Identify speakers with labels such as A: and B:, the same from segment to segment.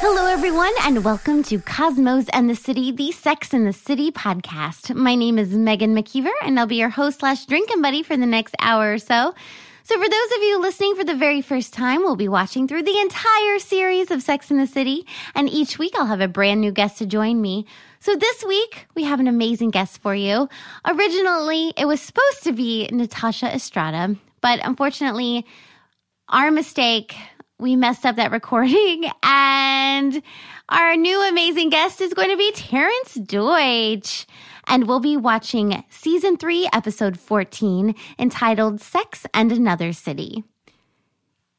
A: Hello, everyone, and welcome to Cosmos and the City, the Sex and the City podcast. My name is Megan McKeever, and I'll be your host slash drinking buddy for the next hour or so. So, for those of you listening for the very first time, we'll be watching through the entire series of Sex and the City, and each week I'll have a brand new guest to join me. So, this week we have an amazing guest for you. Originally, it was supposed to be Natasha Estrada, but unfortunately, our mistake. We messed up that recording, and our new amazing guest is going to be Terrence Deutsch. And we'll be watching season three, episode 14, entitled Sex and Another City.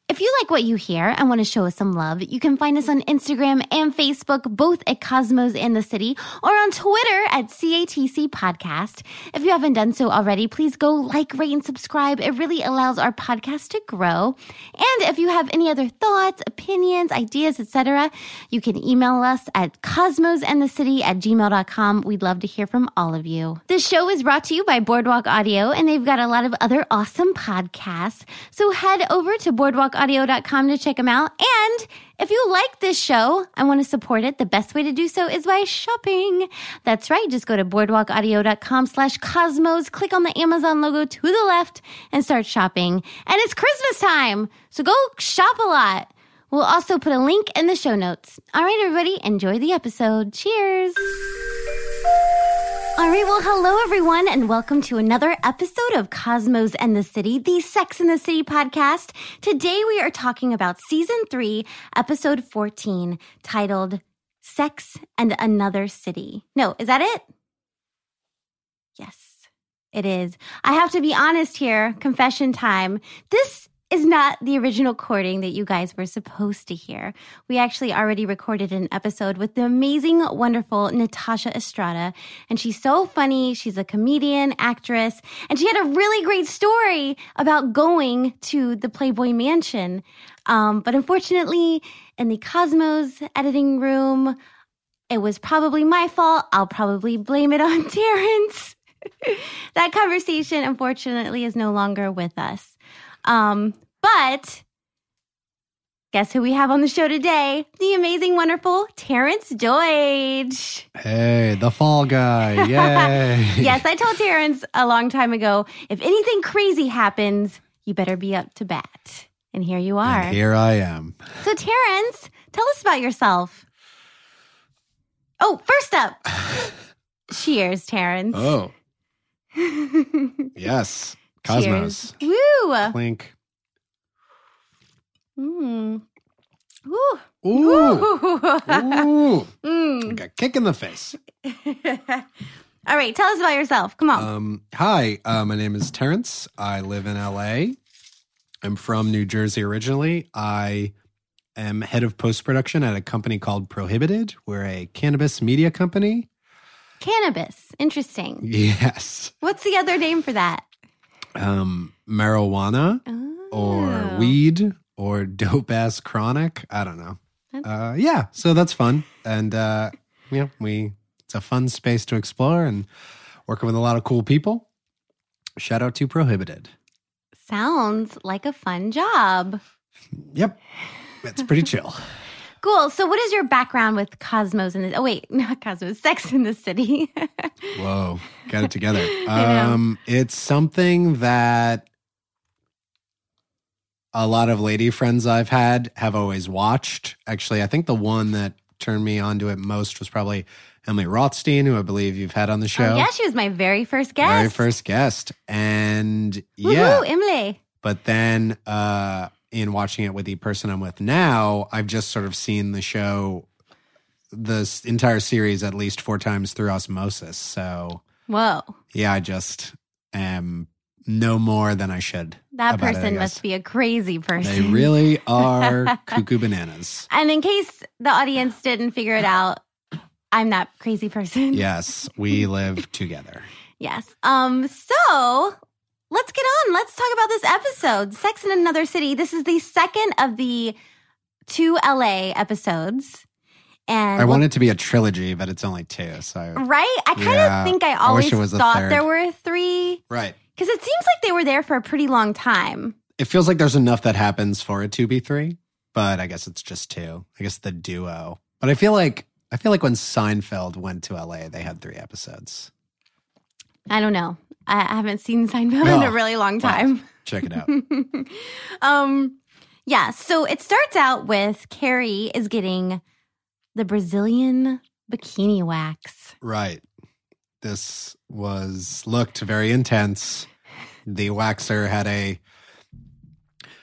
A: If you like what you hear and want to show us some love, you can find us on Instagram and Facebook, both at Cosmos and the City, or on Twitter at CATC Podcast. If you haven't done so already, please go like, rate, and subscribe. It really allows our podcast to grow. And if you have any other thoughts, opinions, ideas, etc., you can email us at cosmosandthecity at gmail.com. We'd love to hear from all of you. This show is brought to you by Boardwalk Audio, and they've got a lot of other awesome podcasts. So head over to boardwalkaudio.com to check them out. And if you like this show and want to support it, the best way to do so is by shopping. That's right. Just go to boardwalkaudio.com slash cosmos, click on the Amazon logo to the left and start shopping. And it's Christmas time. So go shop a lot. We'll also put a link in the show notes. All right, everybody, enjoy the episode. Cheers. All right, well, hello everyone, and welcome to another episode of Cosmos and the City, the Sex and the City podcast. Today we are talking about season three, episode 14, titled Sex and Another City. No, is that it? Yes, it is. I have to be honest here, confession time. This is not the original recording that you guys were supposed to hear. We actually already recorded an episode with the amazing, wonderful Natasha Estrada. And she's so funny. She's a comedian, actress, and she had a really great story about going to the Playboy Mansion. Um, but unfortunately, in the Cosmos editing room, it was probably my fault. I'll probably blame it on Terrence. that conversation, unfortunately, is no longer with us. Um, but guess who we have on the show today? The amazing, wonderful Terrence Deutsch.
B: Hey, the fall guy. Yay.
A: yes, I told Terrence a long time ago if anything crazy happens, you better be up to bat. And here you are.
B: And here I am.
A: So, Terrence, tell us about yourself. Oh, first up, cheers, Terrence.
B: Oh, yes. Cosmos.
A: Cheers. Uh. Woo.
B: Clink.
A: Mm. Woo.
B: Ooh.
A: Woo.
B: Ooh.
A: Mm.
B: Like a kick in the face.
A: All right, tell us about yourself. Come on.
B: Um, hi, uh, my name is Terrence. I live in LA. I'm from New Jersey originally. I am head of post production at a company called Prohibited. We're a cannabis media company.
A: Cannabis. Interesting.
B: Yes.
A: What's the other name for that?
B: Um, marijuana. or
A: Oh.
B: weed or dope ass chronic. I don't know. Uh, yeah, so that's fun, and uh, yeah, we it's a fun space to explore and working with a lot of cool people. Shout out to Prohibited.
A: Sounds like a fun job.
B: Yep, it's pretty chill.
A: Cool. So, what is your background with Cosmos and the? Oh, wait, not Cosmos. Sex in the City. Oh,
B: Whoa, got it together.
A: I know.
B: Um, it's something that a lot of lady friends I've had have always watched. Actually, I think the one that turned me onto it most was probably Emily Rothstein, who I believe you've had on the show.
A: Oh, yeah, she was my very first guest.
B: Very first guest. And
A: Woohoo,
B: yeah,
A: Emily.
B: but then uh, in watching it with the person I'm with now, I've just sort of seen the show, the s- entire series at least four times through osmosis. So
A: Whoa,
B: yeah, I just am no more than I should.
A: That
B: about it, I
A: person
B: guess.
A: must be a crazy person.
B: They really are cuckoo bananas.
A: and in case the audience didn't figure it out, I'm that crazy person.
B: Yes, we live together.
A: Yes. Um, so let's get on. Let's talk about this episode. Sex in Another City. This is the second of the two LA episodes. And
B: I want it to be a trilogy, but it's only two. So,
A: right? I kind of
B: Yeah.
A: think I
B: I wish
A: always
B: it was a
A: thought
B: third.
A: there were three.
B: right.
A: Because it seems like they were there for a pretty long time.
B: It feels like there's enough that happens for it to be three, but I guess it's just two. I guess the duo. But I feel like I feel like when Seinfeld went to LA, they had three episodes.
A: I don't know. I I haven't seen Seinfeld in a
B: Well,
A: really long
B: well.
A: time.
B: Check it out.
A: um, yeah. So it starts out with Carrie is getting the Brazilian bikini wax.
B: Right. This was looked very intense. The waxer had a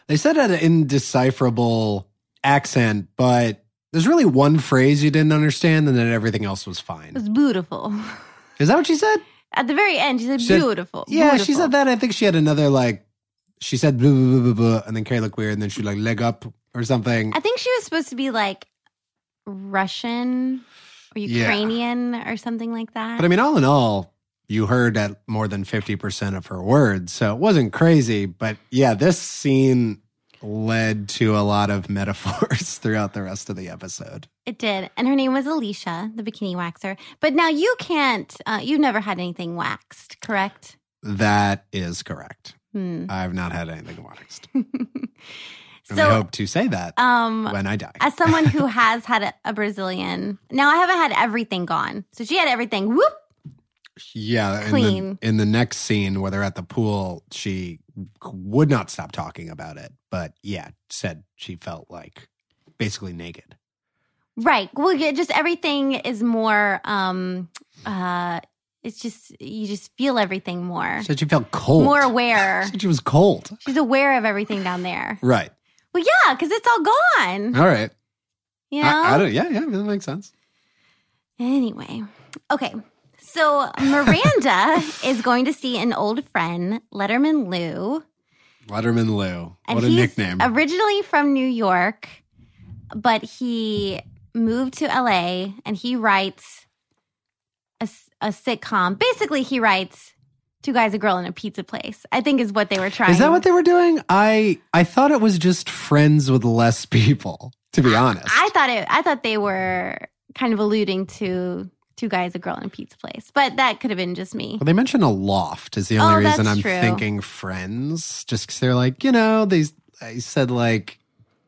B: they said had an indecipherable accent, but there's really one phrase you didn't understand and then everything else was
A: It
B: fine.
A: was beautiful.
B: Is that what she said?
A: At the very end, she said,
B: She said-
A: beautiful.
B: Yeah, she
A: beautiful."
B: said that. I think she had another like she said blah, blah, blah, blah, blah, and then Carrie looked weird and then she like leg up or something.
A: I think she was supposed to be like Russian or
B: Yeah.
A: Ukrainian or something like that.
B: But I mean, all in all, you heard at more than 50% of her words. So it wasn't crazy. But yeah, this scene led to a lot of metaphors throughout the rest of the episode.
A: It did. And her name was Alicia, the bikini waxer. But now you can't, uh, you've never had anything waxed, correct?
B: That is correct.
A: Hmm.
B: I've not had anything waxed. And I
A: so,
B: hope to say that
A: um,
B: when I die.
A: as someone who has had a, a Brazilian, now I haven't had everything gone. So she had everything. Whoop.
B: yeah. In
A: clean.
B: the, in the next scene where they're at the pool, she would not stop talking about it. But yeah, said she felt like basically naked.
A: Right. Well, yeah, just everything is more, um, uh, it's just, you just feel everything more,
B: Said she felt cold.
A: more aware.
B: Said she was cold.
A: She's aware of everything down there.
B: Right.
A: Well, yeah, because it's all gone.
B: All right.
A: You know?
B: I, I don't, yeah, yeah, that makes sense.
A: Anyway, okay. So Miranda is going to see an old friend, Letterman Lou.
B: Letterman Lou.
A: And
B: what a
A: he's
B: nickname.
A: Originally from New York, but he moved to LA and he writes a, s- a sitcom. Basically, he writes Two Guys, a Girl, and a Pizza Place, I think is what they were trying.
B: Is that what they were doing? I I thought it was just friends with less people, to be honest.
A: I thought it. I thought they were kind of alluding to Two Guys, a Girl, and a Pizza Place, but that could have been just me.
B: well, they mentioned a loft is the
A: Oh,
B: only
A: that's
B: reason I'm
A: true.
B: thinking friends, just because they're like, you know, they, they said like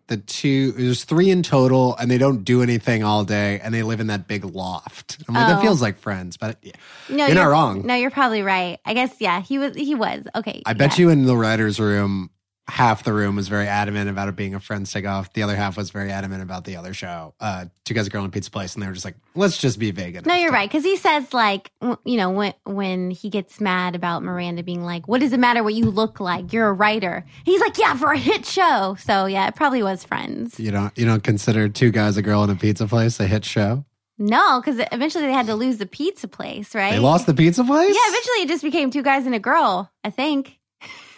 B: the two, there's three in total, and they don't do anything all day, and they live in that big loft. I'm like,
A: Oh.
B: that feels like friends, but yeah.
A: No,
B: You're not wrong.
A: No, you're probably right. I guess yeah, he was. He was okay.
B: I bet you in the writer's room, half the room was very adamant about it being a friend's takeoff. The other half was very adamant about the other show, uh, Two Guys, a Girl, and a Pizza Place. And they were just like, let's just be vague. enough
A: No, you're
B: to-
A: right because he says like w- you know when when he gets mad about Miranda being like, "What does it matter what you look like? You're a writer." He's like, "Yeah, for a hit show." So yeah, it probably was Friends.
B: You don't, you don't consider Two Guys, a Girl, and a Pizza Place a hit show?
A: No, because eventually they had to lose the pizza place, right?
B: They lost the Pizza Place?
A: Yeah, eventually it just became two guys and a girl. I think.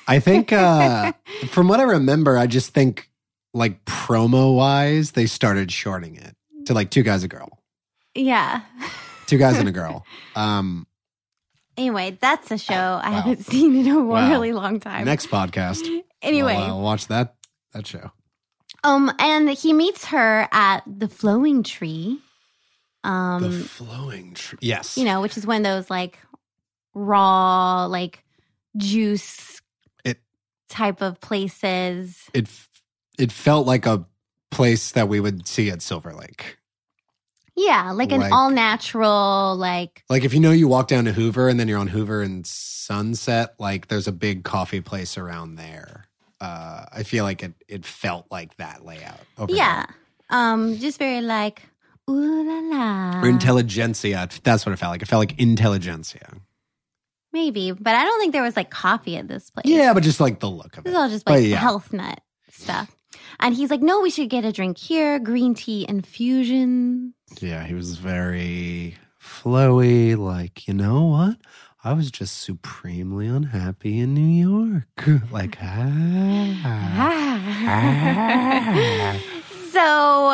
B: I think, uh, from what I remember, I just think, like, promo wise, they started shorting it to like Two Guys, a Girl,
A: Yeah.
B: Two Guys, and a Girl. Um,
A: Anyway, that's a show I
B: Wow.
A: haven't seen in a
B: Wow.
A: really long time.
B: next podcast.
A: anyway,
B: I'll, uh, watch that, that show.
A: Um, and he meets her at the flowing tree. Um,
B: the flowing tree. Yes.
A: you know, which is one of those like raw, like juice
B: It-
A: type of places.
B: it f- it felt like a place that we would see at Silver Lake.
A: Yeah, like an
B: Like-
A: all natural, like
B: Like if you know you walk down to Hoover and then you're on Hoover and Sunset, like there's a big coffee place around there. Uh, I feel like it it felt like that layout. Over
A: yeah, um, just very like ooh la la,
B: there. Or intelligentsia. That's what it felt like. It felt like intelligentsia.
A: maybe, but I don't think there was like coffee at this place.
B: Yeah, but just like the look of
A: This
B: it.
A: is all just
B: But
A: like
B: yeah.
A: health nut stuff. And he's like, no, we should get a drink here, green tea infusion.
B: Yeah, he was very flowy, like, you know what? I was just supremely unhappy in New York. Like, ah, ah.
A: so,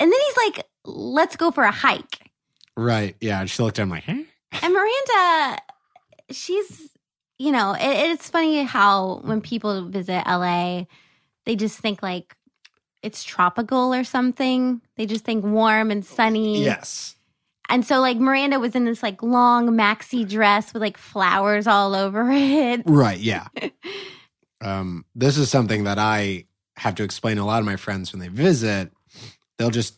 A: and then he's like, let's go for a hike.
B: right. Yeah. And she looked at him like, "Huh?"
A: And Miranda, she's, you know, it, it's funny how when people visit LA, they just think like it's tropical or something. They just think warm and sunny.
B: yes.
A: And so, like, Miranda was in this like long maxi dress with like flowers all over it.
B: Right. Yeah. um, this is something that I have to explain to a lot of my friends when they visit. They'll just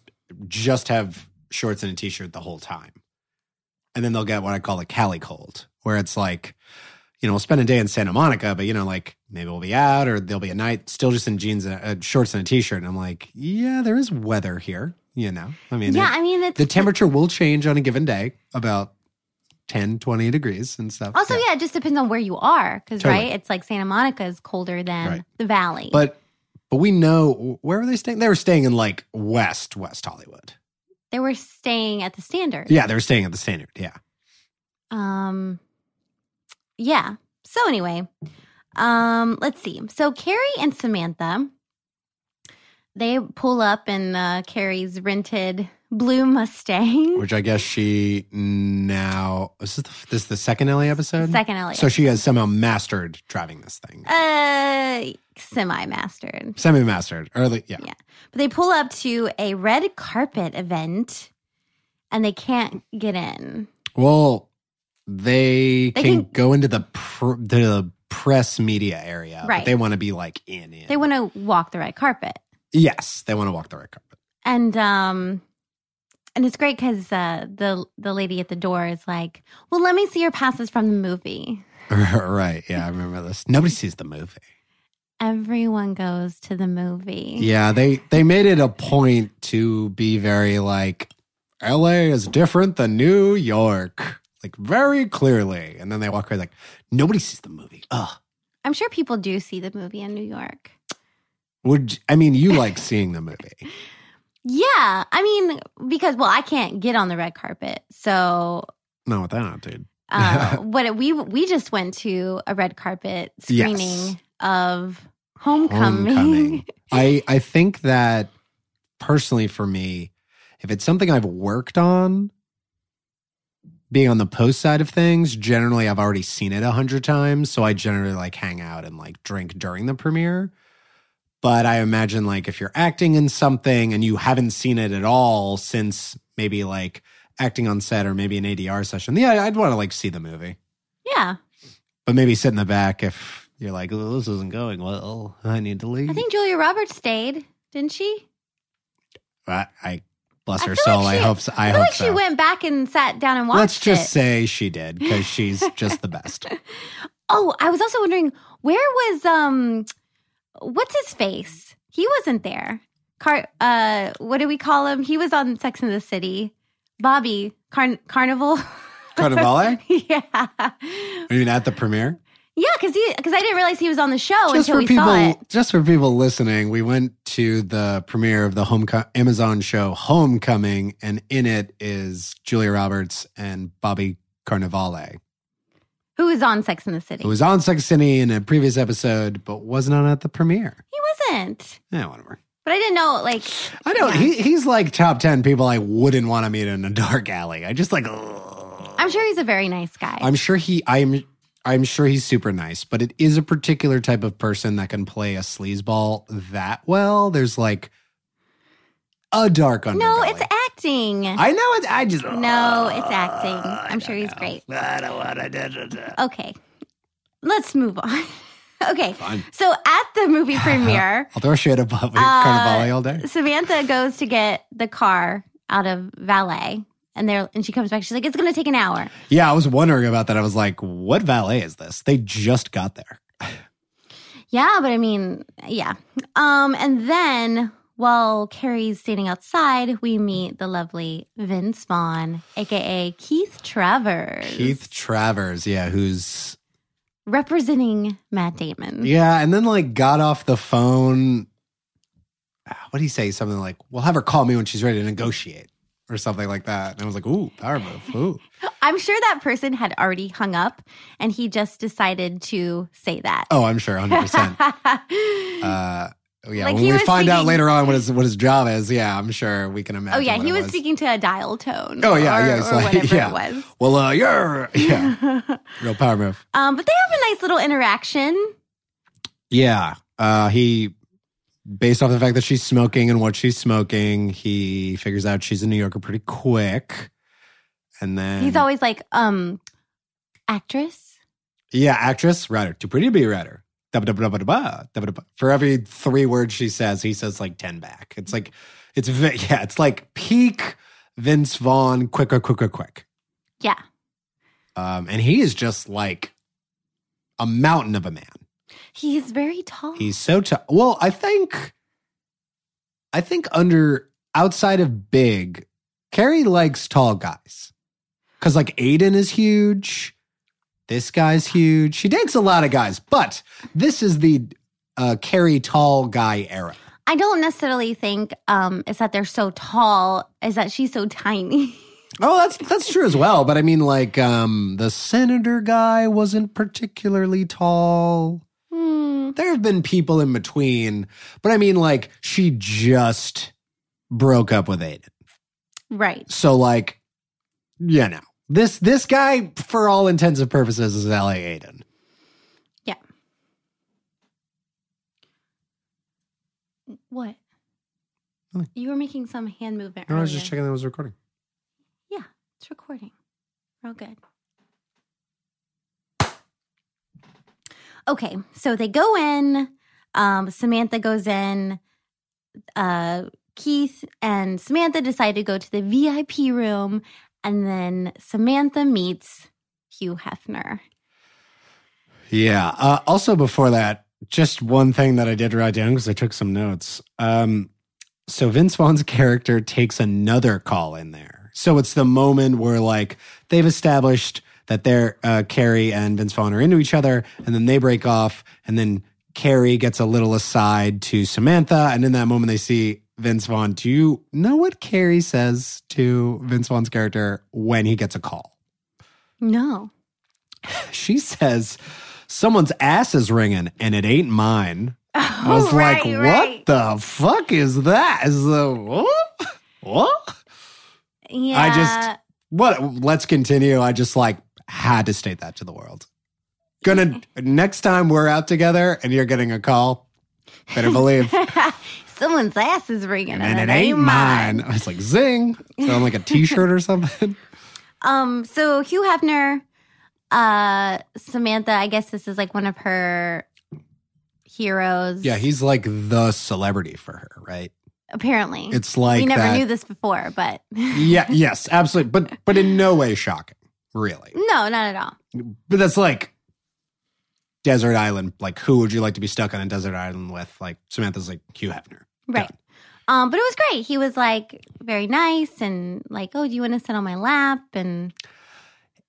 B: just have shorts and a t-shirt the whole time, and then they'll get what I call a Cali cold, where it's like, you know, we'll spend a day in Santa Monica, but you know, like maybe we'll be out or there'll be a night still just in jeans, and uh, shorts, and a t-shirt. And I'm like, yeah, there is weather here. You know, I mean,
A: yeah,
B: it-
A: I mean, it's
B: the temperature will change on a given day about 10, 20 degrees and stuff.
A: also,
B: Yeah.
A: yeah. it just depends on where you are. Cause,
B: Totally.
A: right, it's like Santa Monica is colder than
B: Right.
A: the valley.
B: But but we know where were they staying? They were staying in like West West Hollywood.
A: they were staying at the standard.
B: Yeah, they were staying at the Standard. Yeah,
A: Mm-hmm. Um yeah. So anyway, um let's see. So Carrie and Samantha they pull up in uh, Carrie's rented blue Mustang.
B: which I guess she now is this the, this is the second LA episode.
A: Second Elliot.
B: So she has somehow mastered driving this thing,
A: uh semi mastered.
B: semi mastered. Early, yeah.
A: Yeah. But they pull up to a red carpet event and they can't get in.
B: Well, they,
A: They
B: can,
A: can-
B: go into the pr- the press media area, but
A: Right.
B: they want to be like in in.
A: They want to walk the red carpet.
B: yes, they want to walk the red carpet.
A: and um and it's great because uh, the the lady at the door is like, "Well, let me see your passes from the movie."
B: right? Yeah, I remember this. Nobody sees the movie.
A: Everyone goes to the movie.
B: Yeah, they they made it a point to be very like LA is different than New York. Like very clearly. And then they walk away like nobody sees the movie. Ugh.
A: I'm sure people do see the movie in New York.
B: Would I mean you like seeing the movie.
A: Yeah, I mean, because well, I can't get on the red carpet, so
B: Not with that, dude.
A: uh, what we we just went to a red carpet screening
B: Yes.
A: of Homecoming.
B: Homecoming. I I think that personally for me, if it's something I've worked on, being on the post side of things, generally I've already seen it a hundred times, so I generally like hang out and like drink during the premiere. But I imagine like if you're acting in something and you haven't seen it at all since maybe like acting on set or maybe an ADR session, yeah, I'd want to like see the movie
A: yeah,
B: but maybe sit in the back if you're like, oh, this isn't going well. I need to leave.
A: I think Julia Roberts stayed, didn't she?
B: I, I bless
A: I
B: her
A: feel
B: soul.
A: like she-
B: I hope. So. I,
A: I, feel
B: hope
A: like
B: so.
A: she went back and sat down and watched
B: Let's just
A: it.
B: say she did because she's just the best.
A: Oh, I was also wondering where was um, what's his face? He wasn't there. Car, uh, what do we call him? He was on Sex in the City. Bobby Carn- Carnival.
B: Carnivale?
A: yeah,
B: I mean, at the premiere.
A: yeah, because he because I didn't realize he was on the show
B: just
A: Oh, until
B: for
A: we
B: people,
A: saw it.
B: just for people listening, we went to the premiere of the home Amazon show Homecoming, and in it is Julia Roberts and Bobby Carnivale,
A: Who was on Sex in the City?
B: who was on Sex and the City in a previous episode, but wasn't on at the premiere.
A: he wasn't.
B: Yeah, whatever.
A: But I didn't know. Like,
B: I don't.
A: Yeah.
B: He, he's like top ten people I wouldn't want to meet in a dark alley. I just like. ugh.
A: I'm sure he's a very nice guy.
B: I'm sure he. I'm. I'm sure he's super nice, but it is a particular type of person that can play a sleazeball that well. There's like a dark underbelly.
A: no, it's acting.
B: I know it's. I just.
A: No, it's acting.
B: I
A: I'm sure
B: don't
A: he's
B: know.
A: great.
B: I don't want to. da, da, da.
A: okay, let's move on. okay,
B: Fine.
A: so at the movie premiere.
B: I'll throw shit above
A: Uh,
B: Carnivale all day.
A: Samantha goes to get the car out of valet, and there and she comes back. She's like, "It's going to take an hour."
B: Yeah, I was wondering about that. I was like, what valet is this? They just got there.
A: Yeah, but I mean, yeah. Um, and then while Carrie's standing outside, we meet the lovely Vince Vaughn, aka Keith Travers,
B: Keith Travers, yeah, who's
A: representing Matt Damon.
B: yeah, and then like got off the Ah, phone. What did he say? Something like, "We'll have her call me when she's ready to negotiate," or something like that. And I was like, ooh, power move. Ooh.
A: I'm sure that person had already hung up and he just decided to say that.
B: Oh, I'm sure, 100%. Uh, yeah,
A: Like,
B: when
A: he
B: we
A: was
B: find out
A: speaking-
B: later on what his what his job is, yeah, I'm sure we can imagine.
A: oh, yeah.
B: what
A: He
B: it
A: was speaking to a dial tone.
B: Oh, yeah,
A: or,
B: yeah, it's
A: or
B: like-
A: whatever
B: yeah.
A: it was.
B: Well, uh, you're yeah, real power move.
A: um, but they have a nice little interaction.
B: Yeah, uh, he based off the fact that she's smoking and what she's smoking, he figures out she's a New Yorker pretty quick, and then
A: He's always like, um, actress.
B: yeah, actress, writer, too pretty to be a writer. Da ba da ba da ba da ba, da ba da ba. For every three words she says, he says like ten back. It's like it's ve- yeah, it's like peak Vince Vaughn, quicker, quicker, quick.
A: Yeah.
B: Um, and he is just like a mountain of a man.
A: He is very tall.
B: He's so tough. Well, I think, I think under outside of big, Carrie likes tall guys because like Aiden is huge. This guy's huge. She dates a lot of guys, but this is the uh, Carrie tall guy era.
A: I don't necessarily think um it's that they're so tall, is that she's so tiny.
B: Oh, that's that's true as well. But I mean, like um, the senator guy wasn't particularly tall.
A: Hmm.
B: There have been people in between, but I mean, like she just broke up with Aiden.
A: Right.
B: So like, you know, this this guy, for all intents and purposes, is L.A. Aiden.
A: What?
B: Nothing.
A: You were making some hand movement
B: Hmm. No, I
A: earlier.
B: was just checking that it was recording.
A: It's recording. Real good. Okay, so they go in. Um, Samantha goes in. Uh, Keith and Samantha decide to go to the VIP room, and then Samantha meets Hugh Hefner.
B: Yeah. Uh, also, before that, just one thing that I did write down because I took some notes. Um, so Vince Vaughn's character takes another call in there. So it's the moment where like they've established that they're uh, Carrie and Vince Vaughn are into each other, and then they break off, and then Carrie gets a little aside to Samantha, and in that moment they see Vince Vaughn. Do you know what Carrie says to Vince Vaughn's character when he gets a call?
A: No,
B: She says, "Someone's ass is ringing, and it ain't mine." I was
A: Oh,
B: like, "What the fuck is that?" Is the what? What?
A: Yeah,
B: I just- What? Let's continue. I just like had to state that to the world. Gonna next time we're out together and you're getting a call, better believe.
A: someone's ass is ringing,
B: and it ain't mine. I was like, "Zing!" So I'm like a T-shirt or something.
A: Um, so Hugh Hefner, uh, Samantha, I guess this is like one of her heroes.
B: yeah, he's like the celebrity for her, right?
A: apparently.
B: It's like
A: we never
B: that-
A: knew this before, but
B: yeah, yes, absolutely. But but in no way shocking, really.
A: no, not at all.
B: But that's like desert island. Like, who would you like to be stuck on a desert island with? Like Samantha's like Hugh Hefner.
A: Right. Um, but it was great. He was like very nice and like, oh, do you want to sit on my lap? And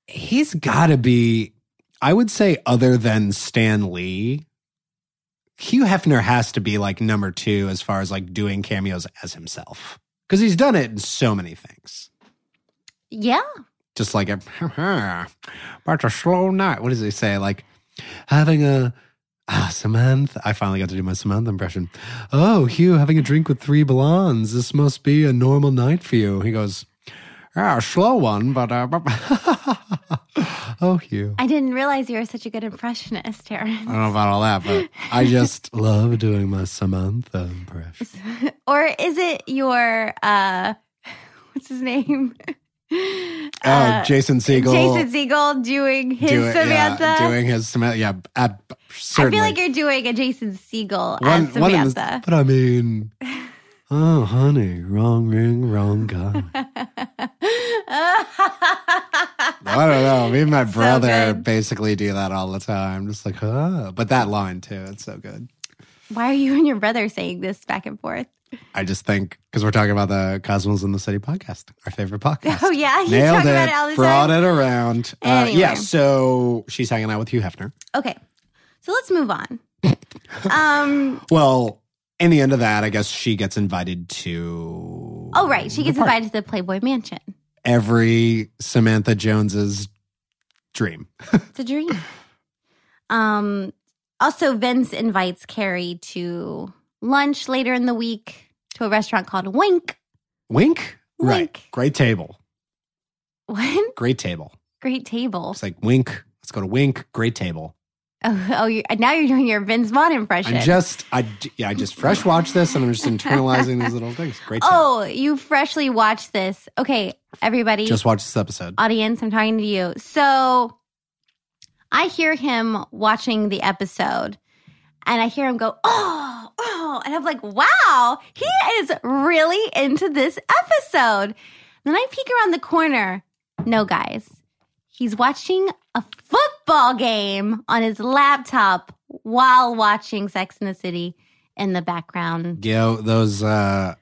B: He's got to be. I would say, other than Stan Lee, Hugh Hefner has to be like number two as far as like doing cameos as himself because he's done it in so many things.
A: yeah,
B: just like a about a slow night. What does he say? Like having a ah, Samantha. I finally got to do my Samantha impression. Oh, Hugh, having a drink with three blondes. This must be a normal night for you. He goes, ah, a slow one, but uh, oh, Hugh.
A: I didn't realize you were such a good impressionist, Aaron.
B: I don't know about all that, but I just love doing my Samantha
A: Uh,
B: impression.
A: or is it your uh, what's his name? Oh,
B: oh, Jason Siegel.
A: Jason Siegel doing his Samantha.
B: Yeah, doing his Samantha. Yeah, ab-
A: I
B: certainly.
A: feel like you're doing a Jason Siegel as
B: One- one of
A: Samantha.
B: the- but I mean, oh, honey, wrong ring, wrong guy. I don't know. Me and my brother
A: good.
B: basically do that all the time. Just like, huh. But that line, too, it's so good.
A: Why are you and your brother saying this back and forth?
B: I just think because we're talking about the Cosmos in the City podcast, our favorite podcast.
A: Oh yeah, you
B: Nailed
A: talk
B: it.
A: about it all the
B: Brought
A: time.
B: it around. Uh, yeah.
A: Anyway.
B: So she's hanging out with Hugh Hefner.
A: Okay, so let's move on. um,
B: Well, in the end of that, I guess she gets invited to.
A: Oh, right. She gets
B: the party.
A: invited to the Playboy Mansion.
B: Every Samantha Jones's dream.
A: It's a dream. Um, also, Vince invites Carrie to lunch later in the week to a restaurant called Wink.
B: Wink? Right.
A: Wink.
B: Great table.
A: What?
B: Great table.
A: Great table.
B: It's like wink. Let's go to wink. Great table.
A: Oh, oh you now you're doing your Vince Vaughn impression.
B: I'm just I yeah I just fresh watched this and I'm just internalizing these little things. Great table.
A: oh, you freshly watched this. Okay, everybody.
B: Just watched this episode.
A: audience, I'm talking to you. So I hear him watching the episode and I hear him go, oh, oh. And I'm like, wow, he is really into this episode. Then I peek around the corner. No, guys, he's watching a football game on his laptop while watching Sex in the City in the background.
B: You know, those uh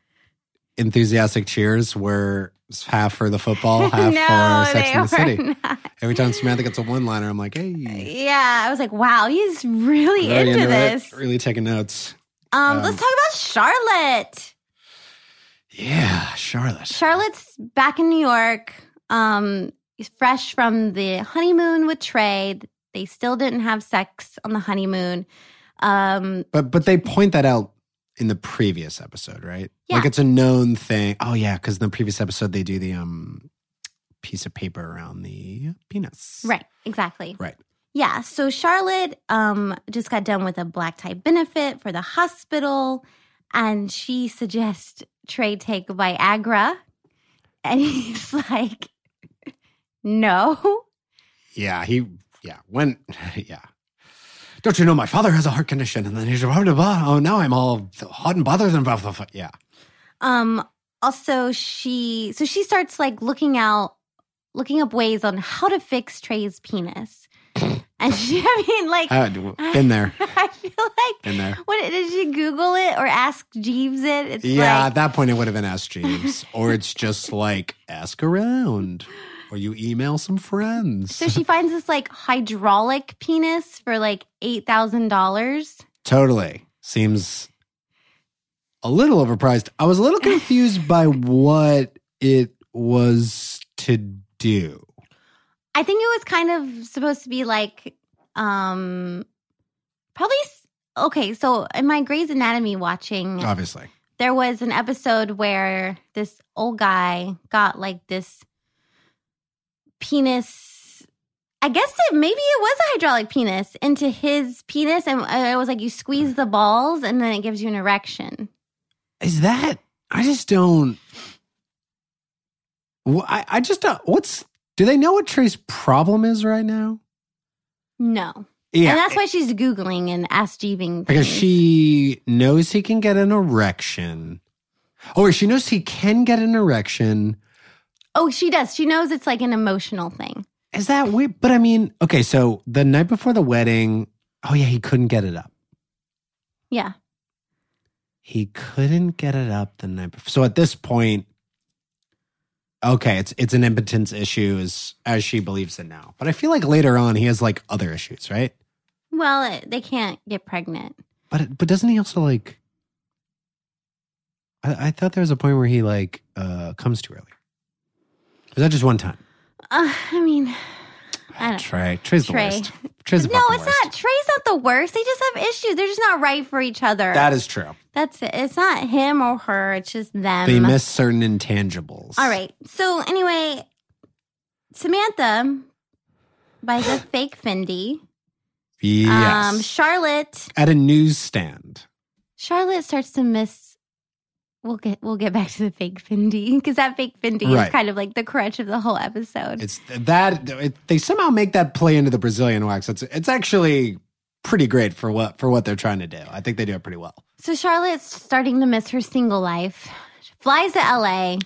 B: enthusiastic cheers were half for the football, half for Sex in the
A: were
B: City.
A: not.
B: Every time Samantha gets a one liner, I'm like, hey,
A: Yeah, I was like, wow, he's really
B: really
A: into,
B: it,
A: this.
B: really taking notes.
A: Um,
B: Um,
A: let's talk about Charlotte.
B: Yeah, Charlotte.
A: Charlotte's back in New York, um, fresh from the honeymoon with Trey. They still didn't have sex on the honeymoon. Um,
B: But but they point that out in the previous episode, right?
A: Yeah.
B: Like it's a known thing. Oh yeah, because in the previous episode they do the um piece of paper around the penis.
A: right, exactly.
B: Right.
A: Yeah, so Charlotte um, just got done with a black tie benefit for the hospital, and she suggests Trey take Viagra. And he's like, no.
B: Yeah. He. Yeah. When. Yeah. Don't you know my father has a heart condition? And then he's blah blah blah. Oh, now I'm all hot and bothered and blah blah blah. Yeah.
A: Um also she so she starts like looking out looking up ways on how to fix Trey's penis. and she I mean like
B: I'd
A: Ah.
B: been there.
A: I feel like
B: Been there.
A: what did she Google it or ask Jeeves it? It's
B: Yeah.
A: like
B: at that point, it would have been asked James, or it's just like ask around, or you email some friends.
A: so she finds this like hydraulic penis for like eight thousand dollars.
B: Totally. Seems a little overpriced. I was a little confused by what it was to do.
A: I think it was kind of supposed to be like, um, probably s- okay. So in my Grey's Anatomy watching,
B: Obviously.
A: there was an episode where this old guy got like this penis. I guess it maybe it was a hydraulic penis into his penis, and uh, it was like you squeeze the balls, and then it gives you an erection.
B: Is that I just don't Wh- I, I just don't what's do they know what Trey's problem is right now?
A: No,
B: Yeah.
A: and that's why she's googling and ask Jeeving
B: because
A: things.
B: she knows he can get an erection. Or she knows he can get an erection.
A: Oh, she does. She knows it's like an emotional thing.
B: Is that weird? But I mean, okay, so the night before the wedding, oh yeah, he couldn't get it up.
A: Yeah.
B: He couldn't get it up the night before. So at this point, okay, it's it's an impotence issue as as she believes it now. But I feel like later on he has like other issues, right?
A: Well, it- they can't get pregnant.
B: But but doesn't he also like? I, I thought there was a point where he like uh comes too early. Was that just one time?
A: Uh, I mean, I don't
B: Trey, Trey's
A: Trey.
B: the worst. Trey's the
A: no,
B: fucking
A: it's
B: worst.
A: not. Trey's not the worst. They just have issues. They're just not right for each other.
B: That is true.
A: That's it. It's not him or her. It's just them.
B: They miss certain intangibles.
A: All right. So anyway, Samantha buys a fake Fendi.
B: Yes.
A: Um, Charlotte.
B: At a newsstand.
A: Charlotte starts to miss. We'll get we'll get back to the fake Fendi because that fake Fendi is
B: Right.
A: kind of like the crutch of the whole episode.
B: It's that it, they somehow make that play into the Brazilian wax. It's it's actually pretty great for what for what they're trying to do. I think they do it pretty well.
A: So Charlotte's starting to miss her single life. She flies to LA.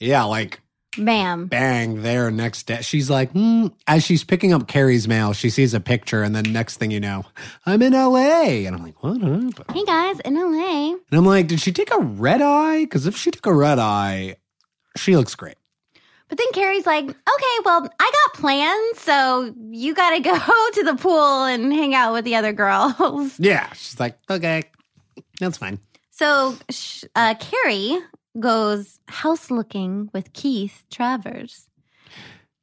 B: Yeah, like
A: Bam.
B: bang there next day. She's like, hmm. as she's picking up Carrie's mail, she sees a picture, and then next thing you know, I'm in L.A. and I'm like, what happened?
A: Hey guys, in LA.
B: And I'm like, did she take a red eye? Because if she took a red eye, she looks great.
A: But then Carrie's like, okay, well, I got plans, so you gotta go to the pool and hang out with the other girls.
B: Yeah, she's like, okay, that's fine.
A: So sh- uh, Carrie goes house looking with Keith Travers.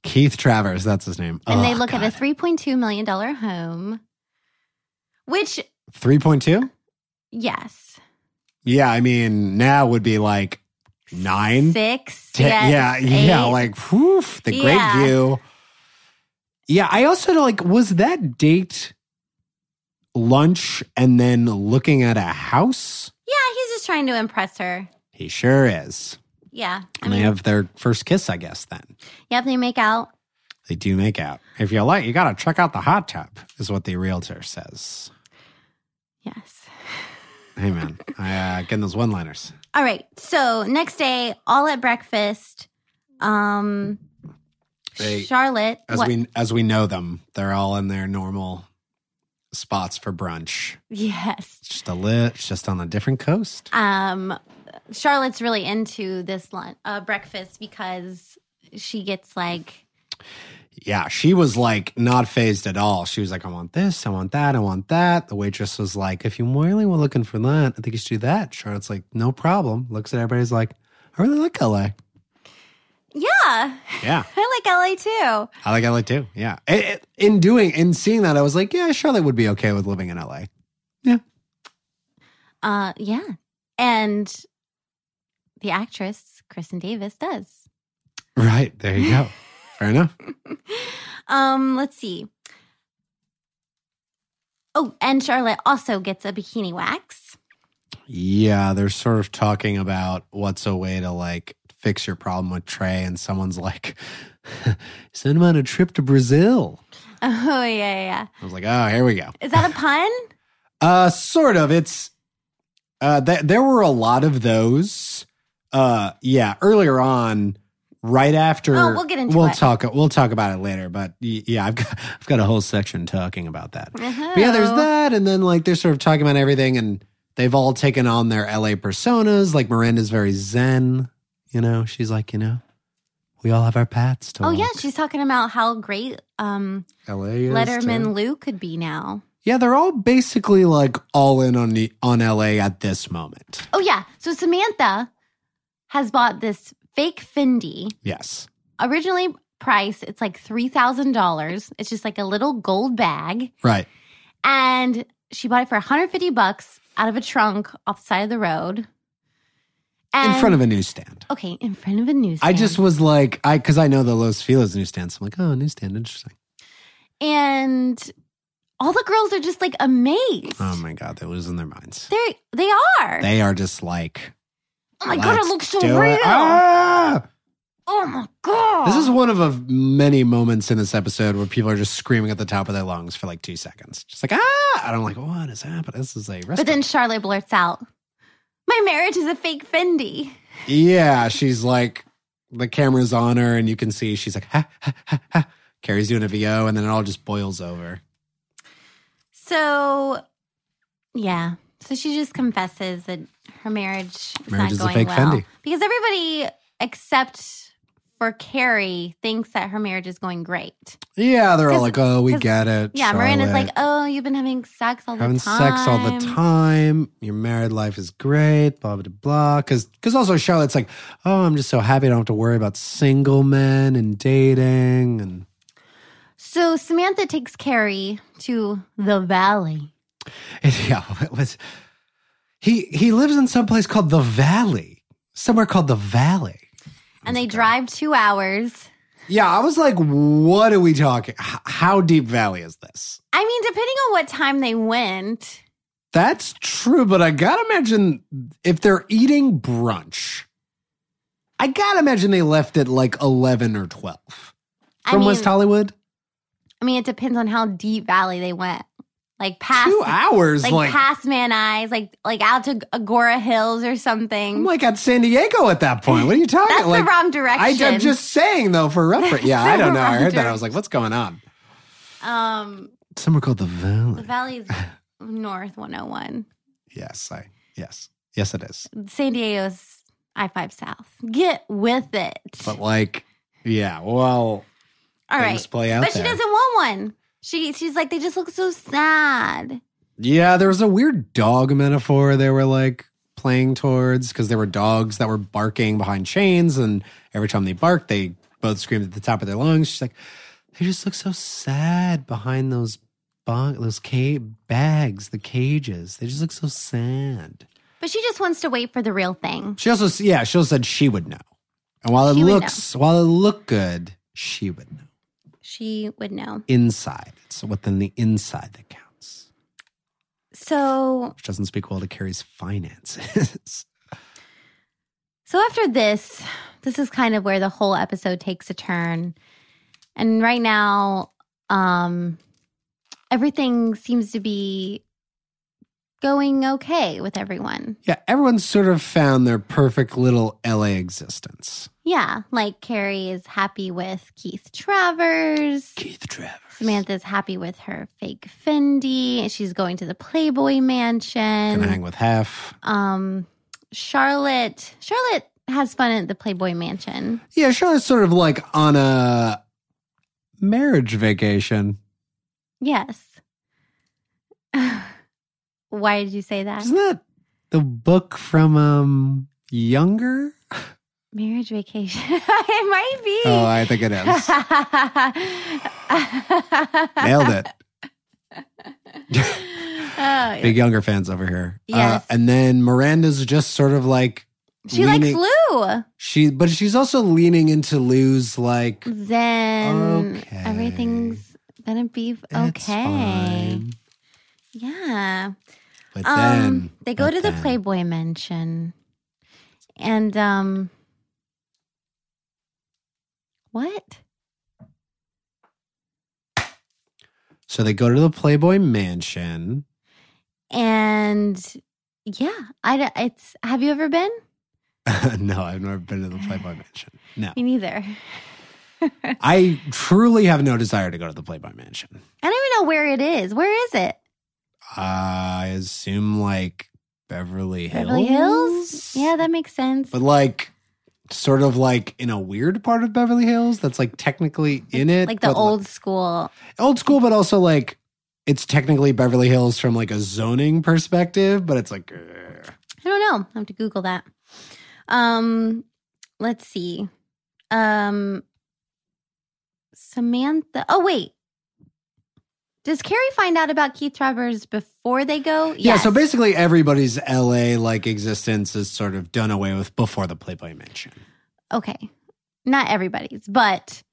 B: Keith Travers, that's his name.
A: And they
B: Oh,
A: look
B: God.
A: at a $3.2 million home, which,
B: 3.2?
A: yes.
B: Yeah, I mean, now would be like nine.
A: Six.
B: Te-
A: yes,
B: yeah, yeah,
A: eight.
B: like whoof, the great
A: Yeah.
B: view. Yeah, I also don't, like was that date lunch and then looking at a house?
A: Yeah, he's just trying to impress her.
B: He sure is.
A: Yeah. I
B: And they
A: mean,
B: have their first kiss, I guess, then.
A: yep, they make out.
B: They do make out. If you like, you gotta check out the hot tub, is what the realtor says.
A: Yes.
B: Hey man, I uh, getting those one liners.
A: All right. So next day, all at breakfast. Um,
B: They-
A: Charlotte.
B: As
A: what-
B: we as we know them, they're all in their normal spots for brunch.
A: yes.
B: It's just a lit, it's just on a different coast.
A: um charlotte's really into this lunch uh breakfast because she gets like
B: Yeah, she was like not phased at all. She was like, I want this, I want that, I want that. The waitress was like, If you really were looking for that, I think you should do that. Charlotte's like, No problem. Looks at everybody's like, I really like LA.
A: yeah
B: Yeah,
A: i like la too
B: I like LA too. Yeah. It- it- in doing, in seeing that, I was like, Yeah, Charlotte would be okay with living in LA.
A: uh yeah and the actress kristen davis does
B: Right. There you go. Fair enough.
A: um let's see oh and charlotte also gets a bikini wax
B: Yeah, they're sort of talking about what's a way to like fix your problem with Trey, and someone's like, Send him on a trip to Brazil.
A: oh yeah yeah, yeah
B: I was like, Oh, here we go.
A: is that a pun
B: Uh, sort of. It's uh, th- there were a lot of those. Uh, yeah, earlier on, right after.
A: Oh, we'll get into
B: We'll
A: it.
B: talk. We'll talk about it later. But y- yeah, I've got, I've got a whole section talking about that. But yeah, there's
A: Oh.
B: that, and then like they're sort of talking about everything, and they've all taken on their LA personas. Like Miranda's very zen. You know, she's like, you know, we all have our paths to.
A: oh yeah
B: walk.
A: she's talking about how great um
B: LA is
A: letterman
B: too.
A: lou could be now
B: Yeah, they're all basically like all in on the on LA at this moment.
A: Oh yeah. So Samantha has bought this fake Fendi.
B: Yes.
A: Originally price, it's like three thousand dollars. It's just like a little gold bag.
B: Right.
A: And she bought it for 150 bucks out of a trunk off the side of the road.
B: in front of a newsstand.
A: Okay, in front of a newsstand.
B: I just was like, I because I know the Los Feliz newsstand. So I'm like, oh, newsstand, interesting.
A: and all the girls are just like amazed.
B: Oh my god, they're losing their minds.
A: they they are.
B: They are just like,
A: oh my god, it
B: let's
A: looks so
B: do
A: real.
B: Ah!
A: oh my god.
B: This is one of the many moments in this episode where people are just screaming at the top of their lungs for like two seconds, just like ah, and I'm like, what is happening? This is a restaurant.
A: But then Charlotte blurts out, "My marriage is a fake Fendi."
B: yeah, she's like, the camera's on her, and you can see she's like, ha ha ha ha. Carrie's doing a VO, and then it all just boils over.
A: So, yeah. So she just confesses that her marriage is
B: Marriage
A: not
B: is a
A: going
B: fake
A: well
B: Fendi.
A: because everybody except for Carrie thinks that her marriage is going great.
B: Yeah, they're all
A: 'Cause-
B: like, oh, we
A: 'cause-
B: get it.
A: Yeah, Miranda's
B: Charlotte.
A: like, "Oh, you've been having sex all
B: having
A: the time."
B: sex all the time. Your married life is great, blah, blah, blah. Because also Charlotte's like, oh, I'm just so happy I don't have to worry about single men and dating. And
A: So Samantha takes Carrie to the valley.
B: yeah, it was he he lives in some place called the Valley, somewhere called the Valley.
A: And they drive two hours.
B: Yeah, I was like, what are we talking? H- how deep valley is this?
A: I mean, depending on what time they went,
B: That's true, but I gotta imagine if they're eating brunch, I gotta imagine they left at like eleven or twelve.
A: I
B: from
A: mean-
B: West Hollywood.
A: I mean, it depends on how deep valley they went. Like past
B: Two hours,
A: like,
B: like,
A: past Man Eyes, like like out to Agora Hills or something.
B: I'm like at San Diego at that point. What are you talking?
A: That's
B: Oh like,
A: the wrong
B: I,
A: direction.
B: am just saying though for reference. Yeah,
A: That's
B: I don't
A: the
B: know. I
A: wrong
B: heard that. I
A: direction.
B: was like, what's going on?
A: um
B: Somewhere called the
A: the
B: Valley.
A: valley's north 101.
B: Yes, I. Yes, yes, it is.
A: San Diego's I-5 South. Get with it.
B: But like, yeah. Well,
A: All
B: things
A: right.
B: play out
A: But she
B: there.
A: doesn't want one. She she's like they just look so sad.
B: Yeah, there was a weird dog metaphor. They were like, playing towards because there were dogs that were barking behind chains, and every time they barked, they both screamed at the top of their lungs. She's like, they just look so sad behind those bon- those ca- bags, the cages. They just look so sad.
A: But she just wants to wait for the real thing.
B: She also, yeah, she also said she would know. And while it
A: She would
B: looks, while it looked good, she would know.
A: She would know.
B: Inside, it's within the inside that counts,
A: So,
B: which doesn't speak well to Carrie's finances.
A: so after this, this is kind of where the whole episode takes a turn. And right now, um everything seems to be going okay with everyone.
B: yeah, everyone's sort of found their perfect little LA existence.
A: Yeah, like Carrie is happy with Keith Travers.
B: Keith Travers.
A: Samantha's happy with her fake Fendi. She's going to the Playboy
B: Gonna
A: Mansion.
B: hang with half.
A: Um, Charlotte. Charlotte has fun at the Playboy Mansion.
B: Yeah, Charlotte's sort of like on a marriage vacation.
A: Yes. Why did you say that?
B: Isn't that the book from um Younger?
A: Marriage vacation. it might be.
B: Oh, I think it is. Nailed it.
A: Oh,
B: Big Younger fans over here. Uh,
A: Yes.
B: and then Miranda's just sort of like
A: she likes
B: leaning-
A: Lou.
B: she, but she's also leaning into Lou's like
A: Then
B: Okay.
A: everything's gonna be okay.
B: "It's fine."
A: Yeah.
B: But
A: Um,
B: then
A: they go
B: but
A: to the
B: then-
A: Playboy Mansion, and um, what?
B: So they go to the Playboy Mansion.
A: And yeah, I d- it's. Have you ever been?
B: no, I've never been to the Playboy Mansion. No,
A: Me neither. I
B: I truly have no desire to go to the Playboy Mansion.
A: don't even know where it is. Where is it?
B: I assume like Beverly Hills.
A: Beverly Hills. Yeah, that makes sense.
B: but like sort of like in a weird part of Beverly Hills that's like technically in it,
A: like the
B: but,
A: old school.
B: old school, but also like it's technically Beverly Hills from like a zoning perspective, but it's like uh,
A: I don't know. I have to Google that. Um, let's see. Um, Samantha. Oh wait, does Carrie find out about Keith Travers before they go?
B: yeah. So
A: Yes.
B: basically, everybody's LA like existence is sort of done away with before the Playboy Mansion.
A: okay, not everybody's, but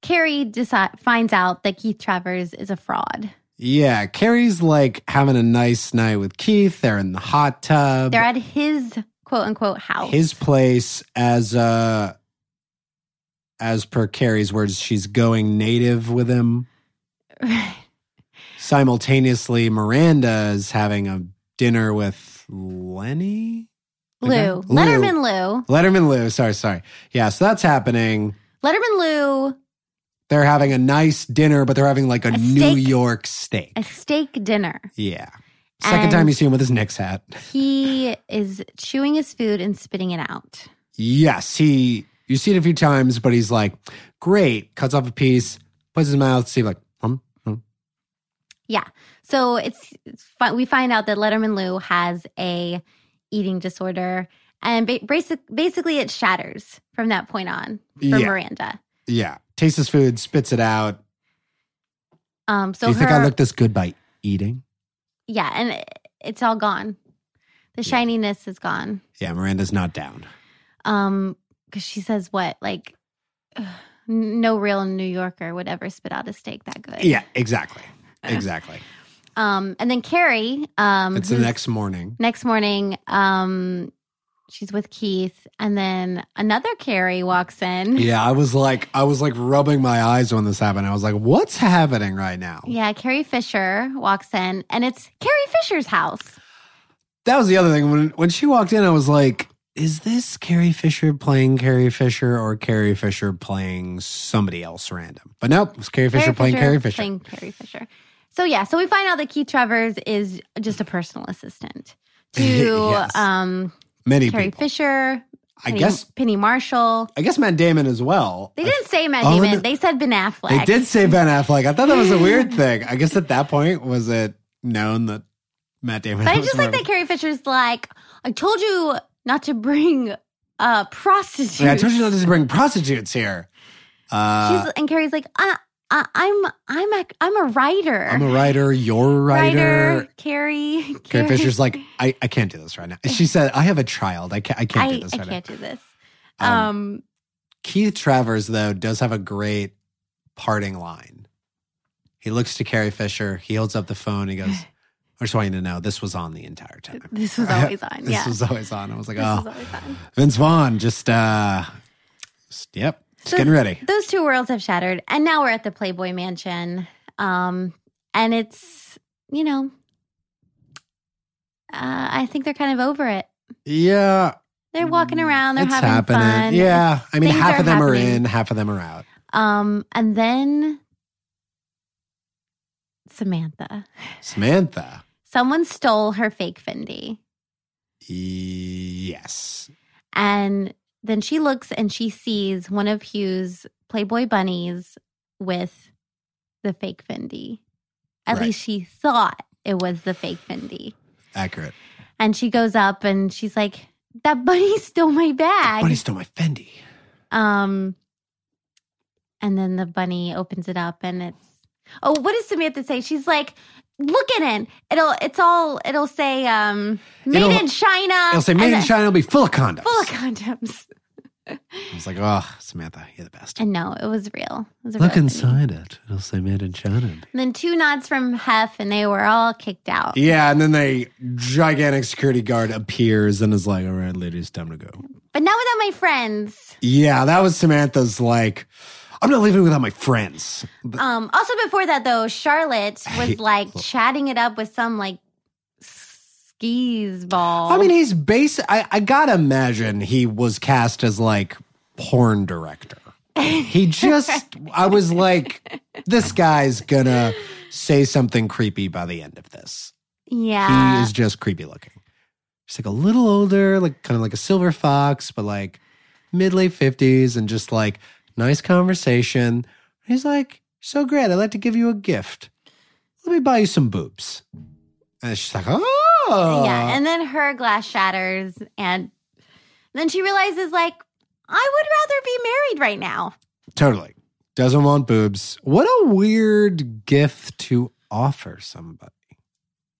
A: Carrie decide, finds out that Keith Travers is a fraud.
B: Yeah, Carrie's like having a nice night with Keith. They're in the hot tub.
A: They're at his quote unquote house.
B: his place as uh as per Carrie's words, she's going native with him. Simultaneously, Miranda is having a dinner with Lenny?
A: Lou.
B: Okay.
A: Letterman Lou.
B: Letterman Lou, sorry, sorry. Yeah, so that's happening.
A: Letterman Lou.
B: They're having a nice dinner, but they're having like a,
A: A
B: New
A: steak.
B: York steak.
A: A steak dinner.
B: yeah. Second
A: And-
B: time you see him with his Knicks hat.
A: He is chewing his food and spitting it out.
B: Yes, he. You see it a few times, but he's like, "Great!" Cuts off a piece, puts his mouth. See, like, um, um.
A: So it's, it's fi- we find out that Letterman Lou has a eating disorder, and ba- basic, basically it shatters from that point on for
B: Yeah.
A: Miranda.
B: yeah. Tastes his food, spits it out.
A: Um, so
B: Do you
A: her,
B: think I look this good by eating?
A: yeah, and it- it's all gone. The
B: Yeah.
A: shininess is gone.
B: Yeah, Miranda's not down.
A: Um, because she says what like. "Ugh, No real New Yorker would ever spit out a steak that good.
B: Yeah, exactly, exactly.
A: Um, and then Carrie, um,
B: it's the
A: who's-
B: next morning.
A: next morning um she's with keith and then another carrie walks in
B: Yeah, I was like, I was like rubbing my eyes when this happened. I was like, "What's happening right now?"
A: Yeah, carrie fisher walks in and it's carrie fisher's house
B: That was the other thing when when she walked in. I was like, "Is this Carrie Fisher playing Carrie Fisher or Carrie Fisher playing somebody else random?" But nope, it was Carrie Fisher playing Carrie Fisher.
A: playing carrie fisher so yeah so we find out that keith travers is just a personal assistant to
B: Yes.
A: um
B: Many
A: carrie
B: people.
A: fisher
B: I
A: Penny-
B: guess
A: penny marshall
B: I guess Matt Damon as well.
A: they didn't say Matt
B: Oh,
A: Damon.
B: no.
A: They said Ben Affleck.
B: They did say Ben Affleck. I thought that was a weird thing. I guess at that point was it known that Matt Damon
A: But I
B: was
A: just like
B: Marvel?
A: that Carrie Fisher's like, I told you not to bring uh prostitutes.
B: Yeah, I told you not to bring prostitutes here. Uh,
A: She's, and Carrie's like, uh, uh, I'm I'm a I'm a writer.
B: I'm a writer. You're a writer.
A: Carrie.
B: Carrie Fisher's like, I, I can't do this right now. She said, I have a child. I can't, I can't
A: I,
B: do this
A: I
B: right
A: can't do this.
B: now.
A: Um,
B: Um, Keith Travers, though, does have a great parting line. He looks to Carrie Fisher. He holds up the phone. He goes, I just want you to know this was on the entire time.
A: Um, this was always on.
B: This
A: yeah.
B: was always on. I was like,
A: this
B: oh,
A: was always on.
B: Vince Vaughn, just, uh, just- yep, just
A: So-
B: getting ready.
A: Those two worlds have shattered. And now we're at the Playboy Mansion. Um, and it's, you know, uh, I think they're kind of over it.
B: Yeah.
A: They're walking around, they're
B: Mm, it's
A: having
B: happening.
A: fun.
B: Yeah. I mean,
A: Things
B: half
A: are
B: of them
A: happening.
B: are in, half of them are out.
A: Um, and then Samantha.
B: Samantha.
A: Someone stole her fake Fendi.
B: Yes.
A: And then she looks and she sees one of Hugh's Playboy bunnies with the fake Fendi. At
B: Right.
A: least she thought it was the fake Fendi.
B: Accurate.
A: And she goes up and she's like, That bunny stole my bag.
B: But he stole my Fendi.
A: um and then the bunny opens it up and it's oh, what does Samantha say? She's like, look at it. It'll it's all it'll say um made
B: It'll-
A: in China.
B: He'll say,
A: Um, and
B: made in
A: then
B: China will be full of condoms.
A: Full of condoms.
B: I was like, oh, Samantha, you're the best.
A: And no, it was real. It was a real
B: Look
A: bunny.
B: inside it. It'll say made in China.
A: And then two nods from Hef, and they were all kicked out.
B: Yeah, and then the gigantic security guard appears and is like, all right, ladies, time to go.
A: But not without my friends.
B: Yeah, that was Samantha's like, I'm not leaving without my friends. But
A: Um, also, before that, though, Charlotte was like chatting it up with some like skis ball.
B: I mean, he's base. I, I gotta imagine he was cast as like porn director. He just, I was like, this guy's gonna say something creepy by the end of this.
A: yeah.
B: he is just creepy looking. He's like a little older, like kind of like a silver fox, but like mid late fifties, and just like nice conversation. He's like, "So great, I'd like to give you a gift. Let me buy you some boobs." And she's like, "Oh,
A: yeah. And then her glass shatters, and then she realizes, like, I would rather be married right now.
B: totally doesn't want boobs." What a weird gift to offer somebody.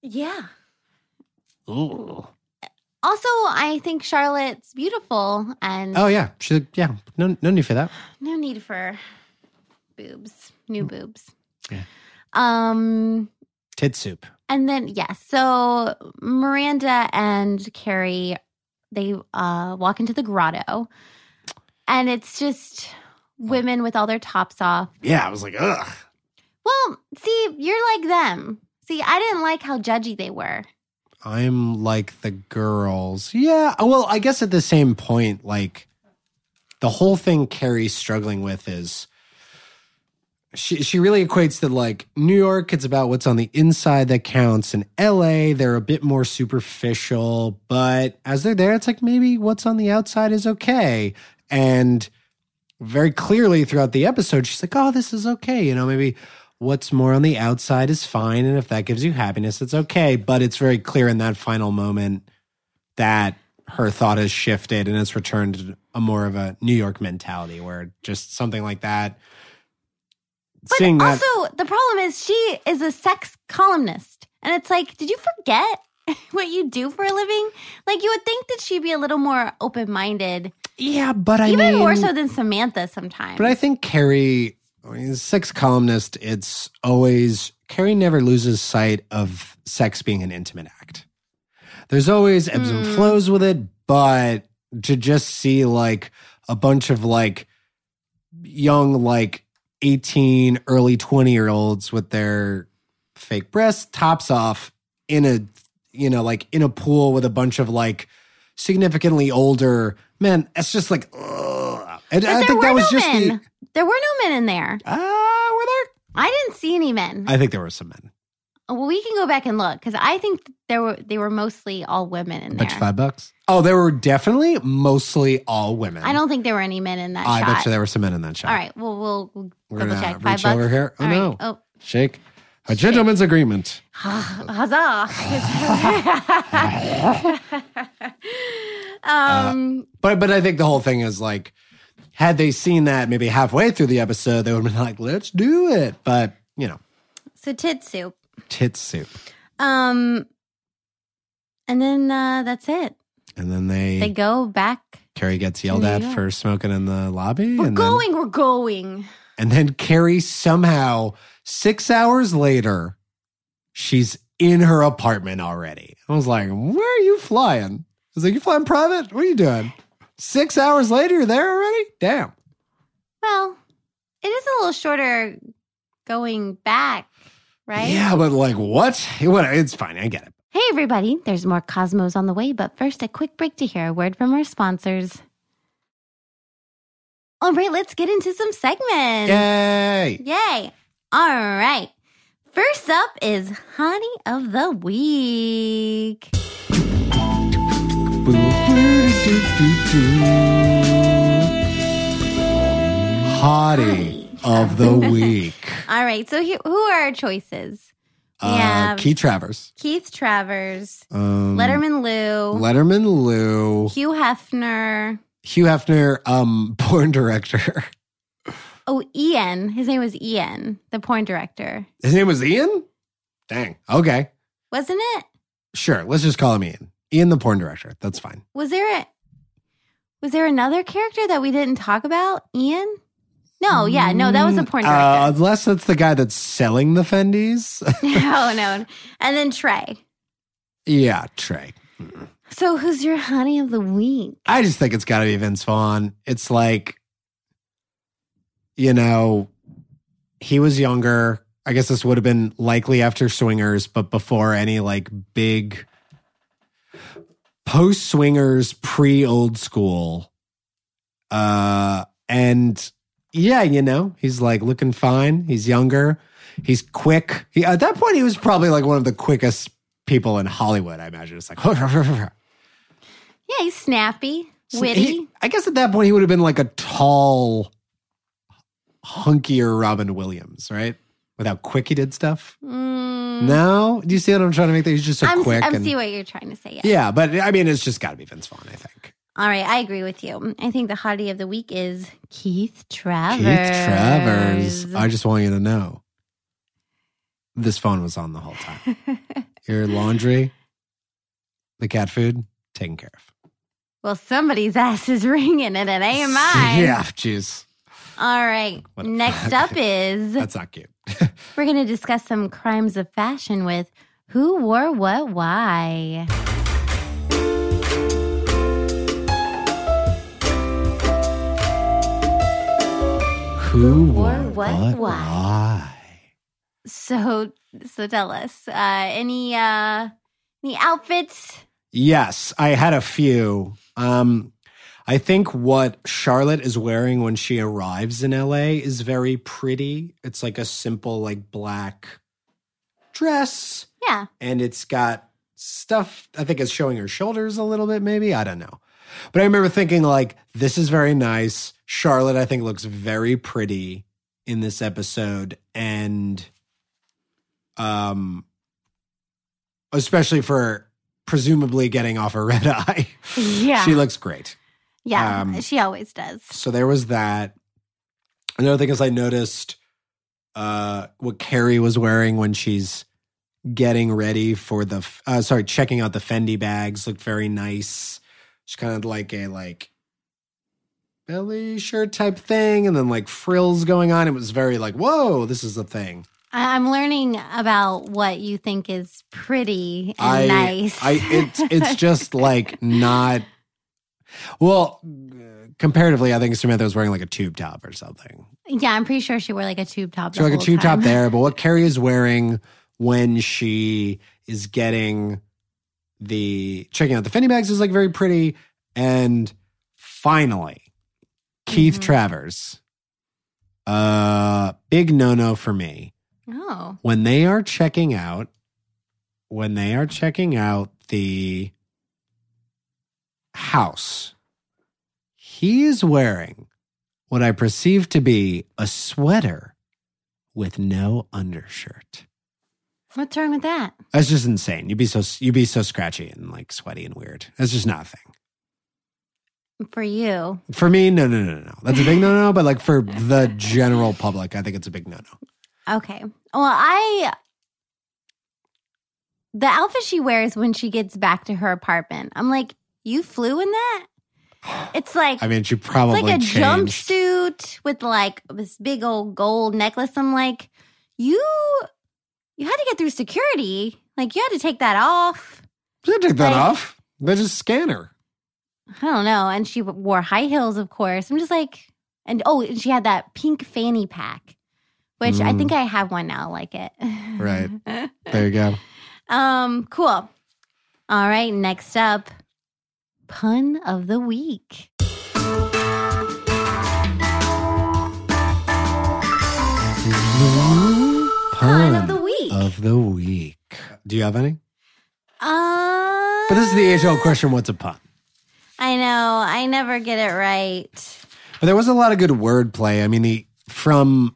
A: Yeah.
B: Ooh.
A: Also, I think Charlotte's beautiful, and
B: Oh yeah, she's like, "Yeah, no, no need for that."
A: No need for boobs, new boobs.
B: Yeah.
A: Um,
B: Tit soup.
A: and then yeah, so Miranda and Carrie, they uh walk into the grotto, and it's just women with all their tops off.
B: Yeah, I was like, "Ugh."
A: Well, see, you're like them. See, I didn't like how judgy they were.
B: I'm like the girls. Yeah. Well, I guess at the same point, like the whole thing Carrie's struggling with is she she really equates that like New York, it's about what's on the inside that counts. In LA, they're a bit more superficial, but as they're there, it's like maybe what's on the outside is okay. And very clearly throughout the episode, she's like, oh, this is okay. You know, maybe what's more on the outside is fine. And if that gives you happiness, it's okay. But it's very clear in that final moment that her thought has shifted and it's returned to a more of a New York mentality where just something like that.
A: But
B: seeing that,
A: also, the problem is she is a sex columnist. And it's like, did you forget what you do for a living? Like, you would think that she'd be a little more open minded,
B: yeah, but I
A: even
B: mean,
A: more so than Samantha sometimes.
B: But I think Carrie, I mean, sex columnist, it's always Carrie never loses sight of sex being an intimate act. There's always ebbs and
A: Hmm.
B: flows with it, but to just see like a bunch of like young, like 18, early 20 year olds with their fake breasts, tops off in a, you know, like in a pool with a bunch of like significantly older men, it's just like, ugh. And
A: But
B: I
A: there
B: think
A: were
B: that
A: no
B: was just
A: men.
B: the.
A: there were no men in there.
B: Ah, were there?
A: I didn't see any men.
B: I think there were some men.
A: well, we can go back and look because I think there were they were mostly all women in there.
B: Bet you five bucks. Oh, there were definitely mostly all women.
A: I don't think there were any men in that
B: I
A: shot.
B: bet you there were some men in that shot.
A: all right, well, we'll, we'll
B: We're
A: double
B: gonna
A: check.
B: reach
A: Five bucks.
B: over here. Oh
A: All right.
B: no!
A: Oh,
B: Shake a gentleman's agreement.
A: Huzzah! Um,
B: But but I think the whole thing is like, had they seen that maybe halfway through the episode, they would have been like, let's do it. But you know,
A: so tit soup.
B: tit soup.
A: Um, and then uh, that's it.
B: And then they,
A: They go back.
B: Carrie gets yelled
A: There
B: at
A: you go.
B: for smoking in the lobby.
A: We're
B: and then-
A: going. we're going.
B: And then Carrie somehow, six hours later, she's in her apartment already. I was like, Where are you flying? I was like, You flying private? What are you doing? Six hours later, you're there already? Damn.
A: Well, it is a little shorter going back, right?
B: Yeah, but like, what? It- what- It's fine. I get it.
A: Hey, everybody, there's more Cosmos on the way, but first, a quick break to hear a word from our sponsors. All right, let's get into some segments.
B: Yay.
A: Yay. All right. First up is Honey of the Week.
B: Boo, boo, doo, doo, doo. Hottie of the week.
A: All right, so here, who are our choices? We
B: Uh,
A: have-
B: Key Travers.
A: Keith Travers,
B: Um,
A: Letterman Lou,
B: Letterman Lou.
A: Hugh Hefner.
B: Hugh Hefner, um, porn director.
A: Oh, Ian. His name was Ian, the porn director,
B: His name was Ian? Dang. Okay.
A: wasn't it?
B: Sure. Let's just call him Ian. Ian, the porn director. That's fine.
A: Was there a was there another character that we didn't talk about? Ian? No, yeah, no, that was the porn
B: Uh,
A: director.
B: unless it's the guy that's selling the Fendies.
A: no, no, and then Trey.
B: yeah, Trey.
A: So, who's your honey of the week?
B: I just think it's got to be Vince Vaughn. It's like, you know, he was younger. I guess this would have been likely after Swingers, but before any like big post Swingers, pre old school. Uh, and yeah, you know, he's like looking fine. He's younger. He's quick. He, at that point, he was probably like one of the quickest people in Hollywood. I imagine it's like.
A: Yeah, he's snappy,
B: So
A: witty.
B: he- I guess at that point he would have been like a tall, hunkier Robin Williams, right? With how quick he did stuff.
A: Mm,
B: No, do you see what I'm trying to make? There, he's just so
A: I'm,
B: quick.
A: I'm
B: and,
A: see what you're trying to say. Yeah.
B: yeah, but I mean, it's just got to be Vince Vaughn, I think.
A: All right, I agree with you. I think the hottie of the week is Keith Travers.
B: Keith Travers. I just want you to know, this phone was on the whole time. Your laundry, the cat food, taken care of.
A: well, somebody's ass is ringing and it ain't mine.
B: Yeah, jeez,
A: All right.
B: What a-
A: Next up is
B: that's not cute.
A: we're going to discuss some crimes of fashion with who wore what, why.
B: Who
A: wore
B: wore
A: what, why?
B: Why?
A: So, so tell us uh, any uh, any outfits?
B: Yes, I had a few. Um, I think what Charlotte is wearing when she arrives in LA is very pretty. It's like a simple, like black dress,
A: Yeah,
B: and it's got stuff. I think it's showing her shoulders a little bit, maybe. I don't know. But I remember thinking, like, this is very nice. Charlotte, I think, looks very pretty in this episode. And um especially for presumably getting off a red eye.
A: yeah,
B: She looks great.
A: yeah.
B: um,
A: she always does.
B: So there was that. Another thing is I noticed uh what Carrie was wearing when she's getting ready for the f- uh sorry, checking out the Fendi bags looked very nice. She's kind of like a like belly shirt type thing and then like frills going on. It was very like, whoa, this is a thing.
A: I- I'm learning about what you think is pretty and
B: I-
A: nice.
B: I it's it's just like not well comparatively I think Samantha was wearing like a tube top or something.
A: yeah, I'm pretty sure she wore like a tube top.
B: She
A: the
B: wore like a
A: whole
B: tube
A: time.
B: top there, but what Carrie is wearing when she is getting the checking out the Fendi bags is like very pretty and finally Keith
A: Mhm.
B: Travers uh big no-no for me
A: Oh,
B: when they are checking out when they are checking out the house he is wearing what i perceive to be a sweater with no undershirt
A: what's wrong with that?
B: that's just insane you'd be so you'd be so scratchy and like sweaty and weird that's just not a thing
A: for you.
B: For me, no, no, no, no, no. That's a big no, no. But like for the general public, I think it's a big no, no.
A: Okay. Well, I the outfit she wears when she gets back to her apartment. I'm like, you flew in that? It's like
B: I mean, she probably
A: it's like a
B: changed.
A: jumpsuit with like this big old gold necklace. I'm like, you you had to get through security. Like you had to take that off.
B: She didn't take that
A: like-
B: off. They just scan her.
A: I don't know. And she wore high heels, of course. I'm just like, and oh, and she had that pink fanny pack, which I
B: Mm.
A: think I have one now, like it.
B: Right. There you go.
A: um, cool. All right. Next up, pun of the week. Pun of the week.
B: of the week. Do you have any?
A: Uh,
B: But this is the age old question what's a pun?
A: I know. I never get it right.
B: But there was a lot of good wordplay. I mean, the from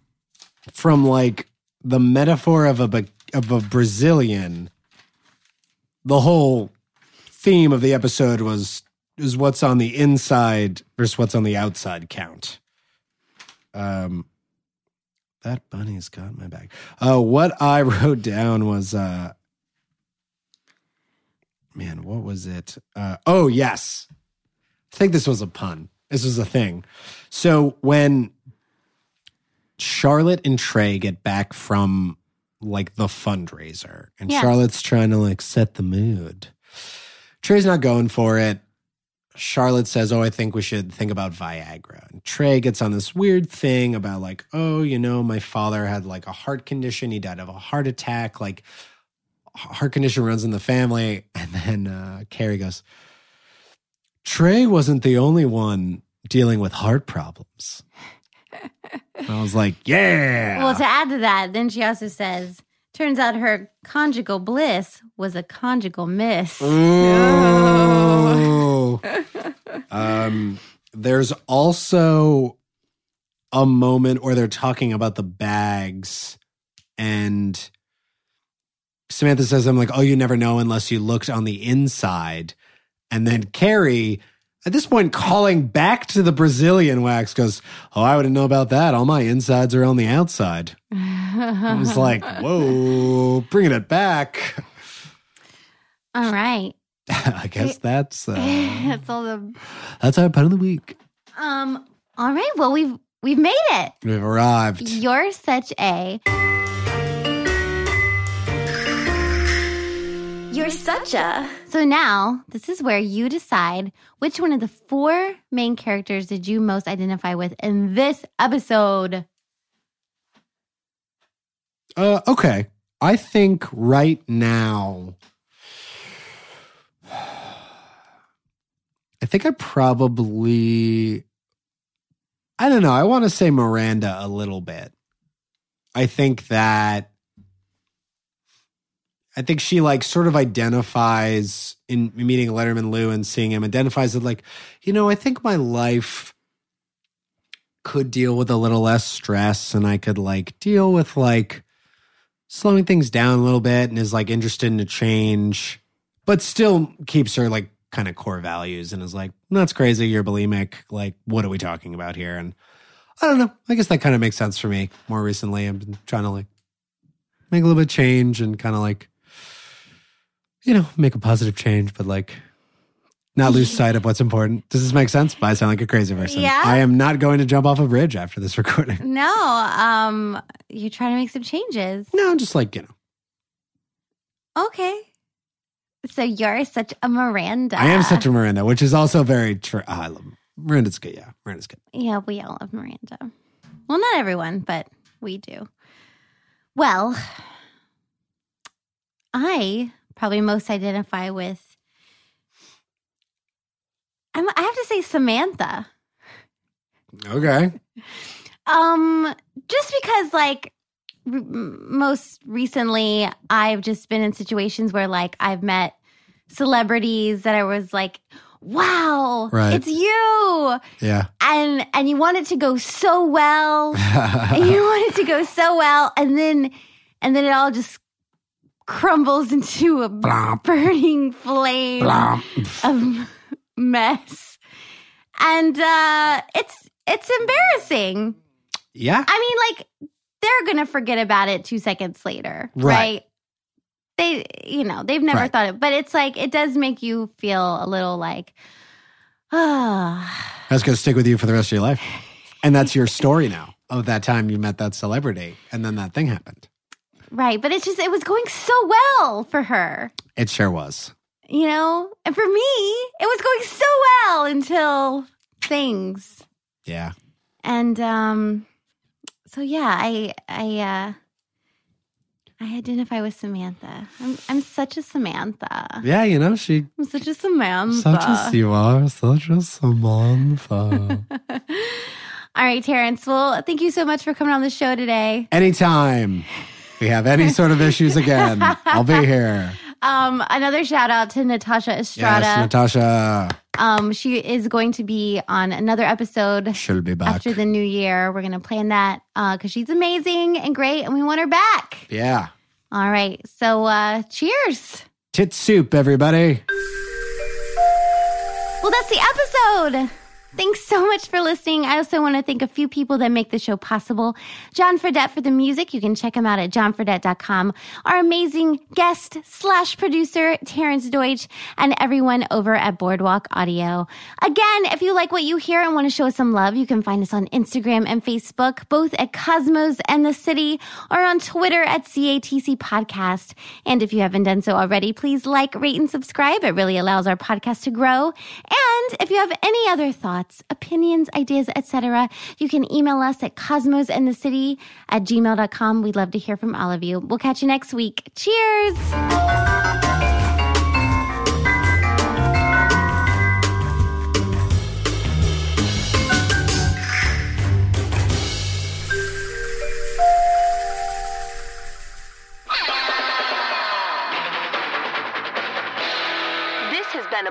B: from like the metaphor of a Ba- of a Brazilian, the whole theme of the episode was is what's on the inside versus what's on the outside count. Um, that bunny's got my back. Uh, what I wrote down was uh. Man, what was it? Uh, oh, yes. I think this was a pun. This was a thing. So when Charlotte and Trey get back from like the fundraiser, and
A: Yeah.
B: Charlotte's trying to like set the mood, Trey's not going for it. Charlotte says, Oh, I think we should think about Viagra. And Trey gets on this weird thing about, like, oh, you know, my father had like a heart condition. He died of a heart attack. Like, heart condition runs in the family. And then uh, Carrie goes, Trey wasn't the only one dealing with heart problems. And I was like, yeah.
A: Well, to add to that, then she also says, turns out her conjugal bliss was a conjugal miss.
B: Mm. Ooh. um, there's also a moment where they're talking about the bags and Samantha says, I'm like, oh, you never know unless you looked on the inside. And then Carrie, at this point, calling back to the Brazilian wax, goes, Oh, I wouldn't know about that. All my insides are on the outside. I was like, Whoa, bringing it back.
A: all right.
B: I guess that's uh,
A: That's all the
B: that's our pun of the week.
A: um all right, well we've we've made it.
B: We've arrived.
A: You're such a
C: You're such a.
A: So now, this is where you decide which one of the four main characters did you most identify with in this episode?
B: Uh, okay, I think right now, I think I probably, I don't know. I want to say Miranda a little bit. I think that. I think she like sort of identifies in meeting Letterman Lou and seeing him identifies that like, you know, I think my life could deal with a little less stress and I could like deal with like slowing things down a little bit and is like interested in a change, but still keeps her like kind of core values and is like, that's crazy. You're bulimic. Like, what are we talking about here? And I don't know. I guess that kind of makes sense for me more recently. I've been trying to like make a little bit of change and kind of like, you know, make a positive change, but like, not lose sight of what's important. Does this make sense? But I sound like a crazy person.
A: Yeah.
B: I am not going to jump off a bridge after this recording.
A: No, um you're trying to make some changes.
B: No, just like, you know,
A: Okay. So you're such a Miranda.
B: I am such a Miranda, which is also very true. Ah, I love Miranda's good. Yeah, Miranda's good.
A: Yeah, we all love Miranda. Well, not everyone, but we do. Well, I probably most identify with. I'm, I have to say Samantha.
B: Okay.
A: Um, just because like r- m- most recently, I've just been in situations where like I've met celebrities that I was like, "Wow,
B: Right.
A: it's you,"
B: Yeah.
A: and and you want it to go so well. and you want it to go so well and then and then it all just crumbles into a burning flame
B: Blomp.
A: of mess and uh, it's it's embarrassing.
B: Yeah.
A: I mean, like they're gonna forget about it two seconds later, right?
B: Right.
A: They, you know, they've never
B: Right.
A: thought it, but it's like it does make you feel a little like, ah,
B: That's going to stick with you for the rest of your life. And that's your story now of that time you met that celebrity and then that thing happened.
A: right. But it's just it was going so well for her,
B: It sure was.
A: you know, and for me, it was going so well until things
B: Yeah.
A: and um, so yeah, I I uh, I identify with Samantha. I'm I'm such a Samantha.
B: Yeah, you know, she
A: I'm such a Samantha.
B: such as you are, such a Samantha.
A: All right, Terrence. Well, thank you so much for coming on the show today.
B: Anytime we have any sort of issues again, I'll be here.
A: Um, another shout out to Natasha Estrada.
B: Yes, Natasha.
A: um, she is going to be on another episode
B: She'll be back.
A: after the new year. We're gonna plan that because she's amazing and great, and we want her back.
B: yeah.
A: All right. So, uh, cheers.
B: Tit soup, everybody.
A: Well, that's the episode. Thanks so much for listening. I also want to thank a few people that make the show possible. John Fredette for the music. You can check him out at johnfredette.com. Our amazing guest slash producer, Terrence Deutsch, and everyone over at Boardwalk Audio. Again, if you like what you hear and want to show us some love, you can find us on Instagram and Facebook, both at Cosmos and the City, or on Twitter at CATC Podcast. And if you haven't done so already, please like, rate, and subscribe. It really allows our podcast to grow. And if you have any other thoughts, opinions, ideas, etc., you can email us at cosmosandthecity at gmail.com. We'd love to hear from all of you. We'll catch you next week. Cheers!
D: This has been a